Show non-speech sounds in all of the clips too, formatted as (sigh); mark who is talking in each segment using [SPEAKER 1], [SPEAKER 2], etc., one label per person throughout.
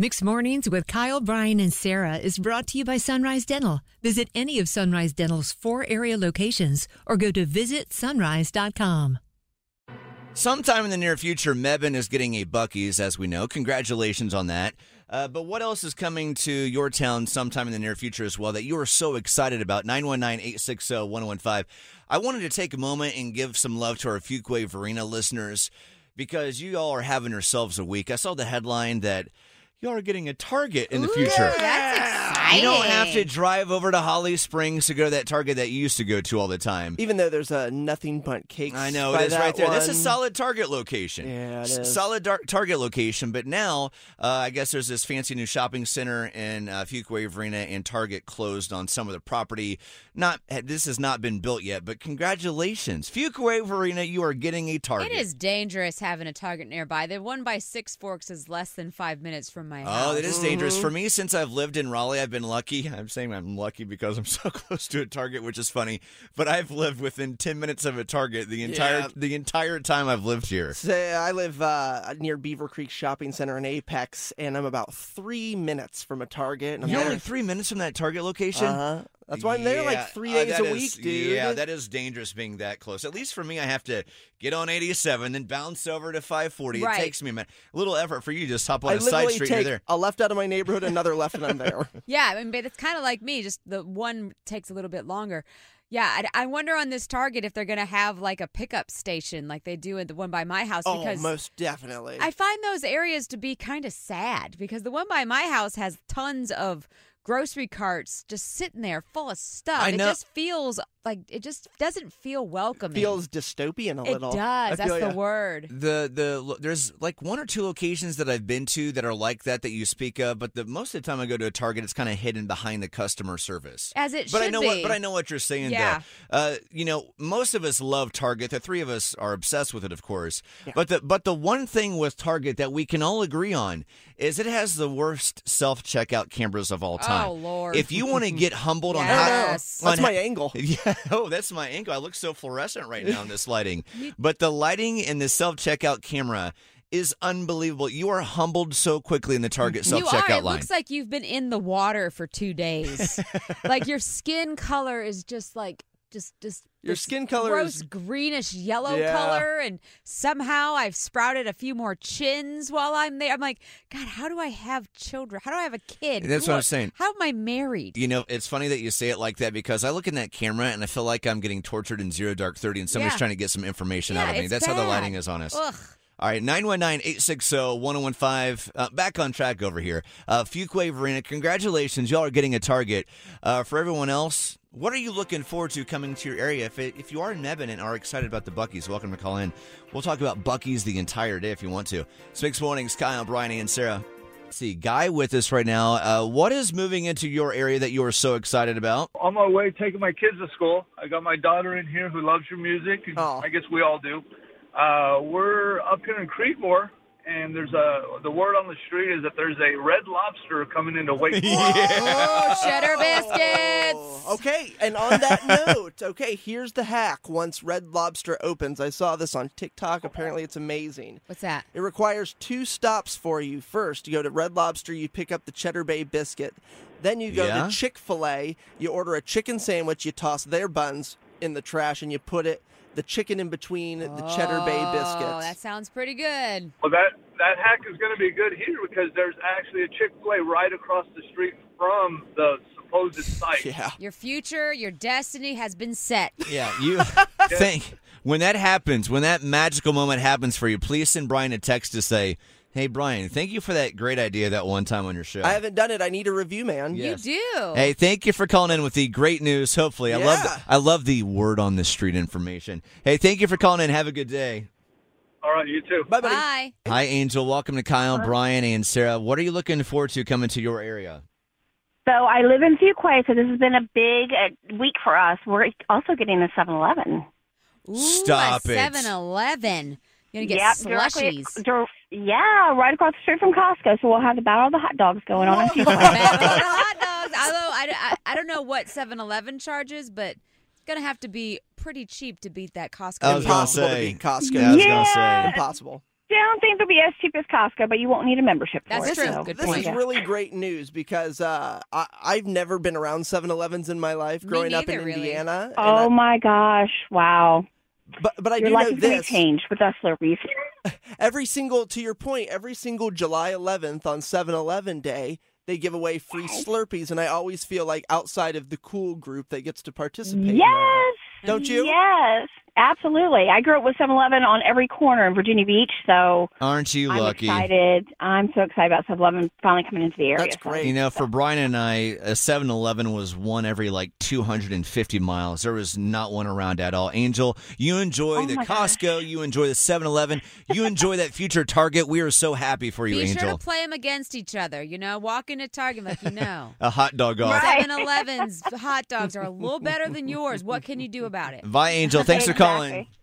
[SPEAKER 1] Mixed Mornings with Kyle, Brian, and Sarah is brought to you by Sunrise Dental. Visit any of Sunrise Dental's four area locations or go to visitsunrise.com.
[SPEAKER 2] Sometime in the near future, Mebane is getting a Bucky's, as we know. Congratulations on that. Uh, but what else is coming to your town sometime in the near future as well that you are so excited about? 919 860 1015. I wanted to take a moment and give some love to our Fuquay Verena listeners because you all are having yourselves a week. I saw the headline that y'all are getting a Target in the future.
[SPEAKER 3] That's exciting.
[SPEAKER 2] You don't have to drive over to Holly Springs to go to that Target that you used to go to all the time.
[SPEAKER 4] Even though there's a nothing but cakes.
[SPEAKER 2] I know
[SPEAKER 4] by
[SPEAKER 2] it is
[SPEAKER 4] that
[SPEAKER 2] right there. That's a
[SPEAKER 4] one.
[SPEAKER 2] solid target location.
[SPEAKER 4] Yeah, it
[SPEAKER 2] S-
[SPEAKER 4] is.
[SPEAKER 2] Solid dar- target location. But now, uh, I guess there's this fancy new shopping center in uh, Fuquay Arena, and Target closed on some of the property. Not eh, this has not been built yet, but congratulations, Fuquay Arena, you are getting a Target.
[SPEAKER 3] It is dangerous having a Target nearby. The one by Six Forks is less than five minutes from my house.
[SPEAKER 2] Oh, that is
[SPEAKER 4] Mm-hmm.
[SPEAKER 2] dangerous. For me, since I've lived in Raleigh, I've been lucky. I'm saying I'm lucky because I'm (laughs) so close to a Target, which is funny. But I've lived within ten minutes of a Target the entire
[SPEAKER 4] Yeah.
[SPEAKER 2] the entire time I've lived here.
[SPEAKER 4] So I live uh, near Beaver Creek Shopping Center in Apex, and I'm about three minutes from a Target. And I'm
[SPEAKER 2] You're
[SPEAKER 4] there-
[SPEAKER 2] only three minutes from that Target location.
[SPEAKER 4] Uh-huh. That's why I'm there
[SPEAKER 2] Yeah,
[SPEAKER 4] like three
[SPEAKER 2] uh,
[SPEAKER 4] days
[SPEAKER 2] that
[SPEAKER 4] a
[SPEAKER 2] is-
[SPEAKER 4] week, dude.
[SPEAKER 2] Yeah, that is dangerous being that close. At least for me, I have to get on 87, then bounce over to 540.
[SPEAKER 3] Right.
[SPEAKER 2] It takes me a minute. A little effort for you. Just hop on
[SPEAKER 4] I
[SPEAKER 2] a side
[SPEAKER 4] literally
[SPEAKER 2] street.
[SPEAKER 4] take
[SPEAKER 2] you're there.
[SPEAKER 4] a left out of my neighborhood, another left, and
[SPEAKER 2] (laughs)
[SPEAKER 4] I'm there.
[SPEAKER 3] Yeah, I mean, but it's kind of like me. Just the one takes a little bit longer. Yeah, I, I wonder on this Target if they're going to have like a pickup station like they do at the one by my house
[SPEAKER 4] oh,
[SPEAKER 3] because
[SPEAKER 4] most definitely.
[SPEAKER 3] I find those areas to be kind of sad because the one by my house has tons of grocery carts just sitting there full of stuff.
[SPEAKER 2] I know.
[SPEAKER 3] It just feels like it just doesn't feel welcoming.
[SPEAKER 4] Feels dystopian a
[SPEAKER 3] it
[SPEAKER 4] little.
[SPEAKER 3] does.
[SPEAKER 4] I
[SPEAKER 3] That's
[SPEAKER 4] feel
[SPEAKER 3] the
[SPEAKER 4] ya.
[SPEAKER 3] word.
[SPEAKER 2] The the lo- there's like one or two locations that I've been to that are like that that you speak of, but the most of the time I go to a Target, it's kind of hidden behind the customer service.
[SPEAKER 3] As it
[SPEAKER 2] but I
[SPEAKER 3] should
[SPEAKER 2] know
[SPEAKER 3] be.
[SPEAKER 2] what but I know what you're saying
[SPEAKER 3] Yeah.
[SPEAKER 2] though. Uh, you know, most of us love Target. The three of us are obsessed with it, of course. But the but the one thing with Target that we can all agree on is it has the worst self checkout cameras of all time.
[SPEAKER 3] Oh, Lord.
[SPEAKER 2] If you want to
[SPEAKER 3] (laughs)
[SPEAKER 2] get humbled Uh, on how
[SPEAKER 3] Yes.
[SPEAKER 4] That's
[SPEAKER 2] on-
[SPEAKER 4] my angle.
[SPEAKER 2] (laughs) yeah. Oh, that's my ankle. I look so fluorescent right now in this
[SPEAKER 3] (laughs)
[SPEAKER 2] lighting. But the lighting in the self checkout camera is unbelievable. You are humbled so quickly in the Target self
[SPEAKER 3] You are.
[SPEAKER 2] checkout
[SPEAKER 3] It
[SPEAKER 2] line.
[SPEAKER 3] looks like you've been in the water for two
[SPEAKER 2] (laughs)
[SPEAKER 3] days. like your skin color is just like just just
[SPEAKER 4] Your
[SPEAKER 3] this
[SPEAKER 4] skin color
[SPEAKER 3] gross
[SPEAKER 4] is-
[SPEAKER 3] greenish yellow
[SPEAKER 4] Yeah.
[SPEAKER 3] color, and somehow I've sprouted a few more chins while I'm there. I'm like, God, how do I have children? How do I have a kid?
[SPEAKER 2] That's
[SPEAKER 3] Who
[SPEAKER 2] what
[SPEAKER 3] are-
[SPEAKER 2] I'm saying.
[SPEAKER 3] How am I married?
[SPEAKER 2] you know, it's funny that you say it like that because I look in that camera and I feel like I'm getting tortured in zero dark thirty, and somebody's
[SPEAKER 3] Yeah.
[SPEAKER 2] trying to get some information out
[SPEAKER 3] Yeah,
[SPEAKER 2] of me.
[SPEAKER 3] it's
[SPEAKER 2] That's how the
[SPEAKER 3] bad.
[SPEAKER 2] lighting is on us.
[SPEAKER 3] Ugh.
[SPEAKER 2] All right, 919-860-1015. Uh, back on track over here. Uh, Fuquay Verena, congratulations. Y'all are getting a target. Uh, for everyone else, what are you looking forward to coming to your area? If, it, if you are in Mebane and are excited about the Buckies, welcome to call in. We'll talk about Buckies the entire day if you want to. It's Mixed Mornings, Kyle, Brian, and Sarah. Let's see, Guy with us right now. Uh, what is moving into your area that you are so excited about?
[SPEAKER 5] on my way taking my kids to school. I got my daughter in here who loves your music. and
[SPEAKER 4] Aw.
[SPEAKER 5] I guess we all do. Uh, we're up here in Creedmoor, and there's a the word on the street is that there's a red lobster coming into Wake Forest.
[SPEAKER 3] Oh,
[SPEAKER 2] (laughs)
[SPEAKER 3] cheddar biscuits.
[SPEAKER 4] Oh, Okay, and on that note, okay, here's the hack. Once Red Lobster opens, I saw this on TikTok. Apparently, it's amazing.
[SPEAKER 3] What's that?
[SPEAKER 4] It requires two stops for you. First, you go to Red Lobster, you pick up the Cheddar Bay biscuit. Then you go
[SPEAKER 2] Yeah.
[SPEAKER 4] to Chick fil A, you order a chicken sandwich, you toss their buns in the trash, and you put it, the chicken in between the Cheddar Bay
[SPEAKER 3] Oh,
[SPEAKER 4] biscuits.
[SPEAKER 3] that sounds pretty good.
[SPEAKER 5] Well, that that hack is going to be good here because there's actually a Chick Fil A right across the street from the supposed
[SPEAKER 4] (laughs)
[SPEAKER 5] site.
[SPEAKER 4] yeah.
[SPEAKER 3] Your future, your destiny has been set.
[SPEAKER 2] Yeah, you (laughs) think when that happens, when that magical moment happens for you, please send Brian a text to say, "Hey, Brian, thank you for that great idea that one time on your show."
[SPEAKER 4] I haven't done it. I need a review, man.
[SPEAKER 2] Yeah. Yes.
[SPEAKER 3] You do.
[SPEAKER 2] Hey, thank you for calling in with the great news. Hopefully, I love
[SPEAKER 4] Yeah.
[SPEAKER 2] I love the word on the street information. Hey, thank you for calling in. Have a good day.
[SPEAKER 5] All right, you too.
[SPEAKER 4] Bye, buddy.
[SPEAKER 3] Bye.
[SPEAKER 2] Hi, Angel. Welcome to Kyle, Brian, and Sarah. What are you looking forward to coming to your area?
[SPEAKER 6] So I live in Fuquay, so this has been a big uh, week for us. We're also getting a 7-Eleven.
[SPEAKER 3] Ooh,
[SPEAKER 2] Stop
[SPEAKER 3] a
[SPEAKER 2] it.
[SPEAKER 3] 7-Eleven. You're going to get
[SPEAKER 6] (laughs) directly-
[SPEAKER 3] slushies.
[SPEAKER 6] dir- yeah, right across the street from Costco. So we'll have the battle of the hot dogs going on
[SPEAKER 3] (laughs)
[SPEAKER 6] in Fuquay.
[SPEAKER 3] Back on the hot dogs. Although I, I, I don't know what 7-Eleven charges, but it's going to have to be pretty cheap to beat that Costco.
[SPEAKER 2] I was
[SPEAKER 3] deal.
[SPEAKER 2] gonna
[SPEAKER 4] Impossible to
[SPEAKER 2] say.
[SPEAKER 4] beat Costco.
[SPEAKER 2] Yeah, I was gonna
[SPEAKER 6] Yeah.
[SPEAKER 2] say.
[SPEAKER 4] Impossible.
[SPEAKER 6] Down (laughs) don't think it'll be as cheap as Costco, but you won't need a membership for
[SPEAKER 3] That's
[SPEAKER 6] it.
[SPEAKER 3] true.
[SPEAKER 6] so
[SPEAKER 3] Good
[SPEAKER 4] This
[SPEAKER 6] there
[SPEAKER 3] point.
[SPEAKER 6] you
[SPEAKER 4] is
[SPEAKER 6] go.
[SPEAKER 4] really great news because uh, I, I've never been around 7 Elevens in my life
[SPEAKER 3] Me
[SPEAKER 4] growing up in
[SPEAKER 3] neither, really.
[SPEAKER 4] Indiana. and I-
[SPEAKER 6] Oh my gosh! Wow,
[SPEAKER 4] but, but I
[SPEAKER 6] your
[SPEAKER 4] do
[SPEAKER 6] life
[SPEAKER 4] know
[SPEAKER 6] is going to
[SPEAKER 4] this.
[SPEAKER 6] change with us, Reese.
[SPEAKER 4] Every single, to your point, every single July 11th on 7 Eleven Day, they give away free Slurpees, and I always feel like outside of the cool group that gets to participate. in that.
[SPEAKER 6] Yes,
[SPEAKER 4] Don't you?
[SPEAKER 6] Yes, absolutely. I grew up with 7-Eleven on every corner in Virginia Beach, so
[SPEAKER 2] Aren't you
[SPEAKER 6] I'm
[SPEAKER 2] lucky?
[SPEAKER 6] excited. I'm so excited about 7-Eleven finally coming into the area.
[SPEAKER 4] That's
[SPEAKER 6] so-
[SPEAKER 4] great.
[SPEAKER 2] You know, for Brian and I, a 7 Eleven was one every like 250 miles. There was not one around at all. Angel, you enjoy
[SPEAKER 6] Oh
[SPEAKER 2] the
[SPEAKER 6] my
[SPEAKER 2] Costco, you enjoy the 7 Eleven, you enjoy that future Target. We are so happy for you,
[SPEAKER 3] Be
[SPEAKER 2] Angel.
[SPEAKER 3] sure to play them against each other. You know, walk into Target like
[SPEAKER 2] (laughs)
[SPEAKER 3] you know.
[SPEAKER 2] a hot dog off.
[SPEAKER 6] Right.
[SPEAKER 3] 7 Eleven's hot dogs are a little better than yours. What can you do about it?
[SPEAKER 2] Bye, Angel. Thanks for calling.
[SPEAKER 6] Exactly.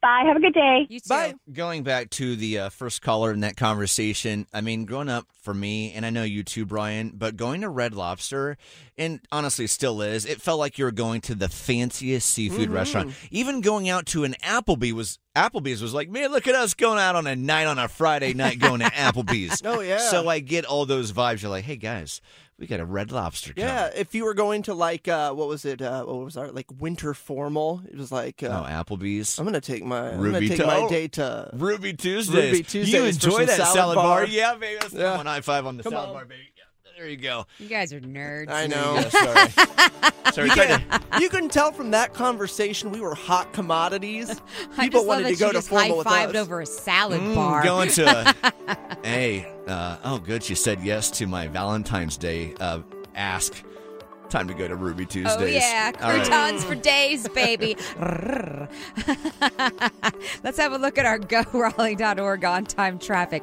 [SPEAKER 6] Bye. Have a good day.
[SPEAKER 3] You too.
[SPEAKER 4] Bye.
[SPEAKER 2] Going back to the uh, first caller in that conversation, I mean, growing up for me, and I know you too, Brian, but going to Red Lobster, and honestly still is, it felt like you were going to the fanciest seafood
[SPEAKER 4] Mm-hmm.
[SPEAKER 2] restaurant. Even going out to an Applebee was Applebee's was like, man, look at us going out on a night on a Friday night going
[SPEAKER 4] (laughs)
[SPEAKER 2] to Applebee's.
[SPEAKER 4] Oh, yeah.
[SPEAKER 2] So uh, I get all those vibes. You're like, hey guys, we got a Red Lobster.
[SPEAKER 4] Yeah, if you were going to like uh, what was it? Uh, what was our like winter formal? It was like
[SPEAKER 2] coming.
[SPEAKER 4] uh,
[SPEAKER 2] Oh, Applebee's.
[SPEAKER 4] I'm gonna take my I'm
[SPEAKER 2] Ruby
[SPEAKER 4] gonna take
[SPEAKER 2] toe.
[SPEAKER 4] my day to
[SPEAKER 3] (laughs)
[SPEAKER 2] Ruby Tuesdays.
[SPEAKER 4] Ruby Tuesdays
[SPEAKER 2] You
[SPEAKER 4] for
[SPEAKER 2] enjoy
[SPEAKER 4] some
[SPEAKER 2] that
[SPEAKER 4] salad
[SPEAKER 2] salad bar.
[SPEAKER 4] bar.
[SPEAKER 2] Yeah, baby. That's
[SPEAKER 4] Yeah.
[SPEAKER 2] yeah. one high five on the
[SPEAKER 4] Come
[SPEAKER 2] salad
[SPEAKER 4] on.
[SPEAKER 2] bar, baby. Yeah, there you go.
[SPEAKER 3] You guys are nerds.
[SPEAKER 4] I
[SPEAKER 2] There
[SPEAKER 4] (laughs) know.
[SPEAKER 2] you go. Sorry. Sorry. tried to-
[SPEAKER 4] you can tell from that conversation we were hot commodities.
[SPEAKER 3] (laughs) I
[SPEAKER 4] People
[SPEAKER 3] just love
[SPEAKER 4] wanted
[SPEAKER 3] that
[SPEAKER 4] to go
[SPEAKER 3] you
[SPEAKER 4] to
[SPEAKER 3] just
[SPEAKER 4] formal with
[SPEAKER 3] high-fived
[SPEAKER 4] us.
[SPEAKER 3] over a salad
[SPEAKER 2] Mm,
[SPEAKER 3] bar.
[SPEAKER 2] Going
[SPEAKER 4] (laughs)
[SPEAKER 2] to. hey, uh, oh, good. She said yes to my Valentine's Day uh, ask. Time to go to Ruby Tuesdays.
[SPEAKER 3] Oh yeah,
[SPEAKER 2] All right.
[SPEAKER 3] croutons for days,
[SPEAKER 2] (laughs)
[SPEAKER 3] baby. Rrr. (laughs) Let's have a look at our (laughs) GoRaleigh.org on time traffic.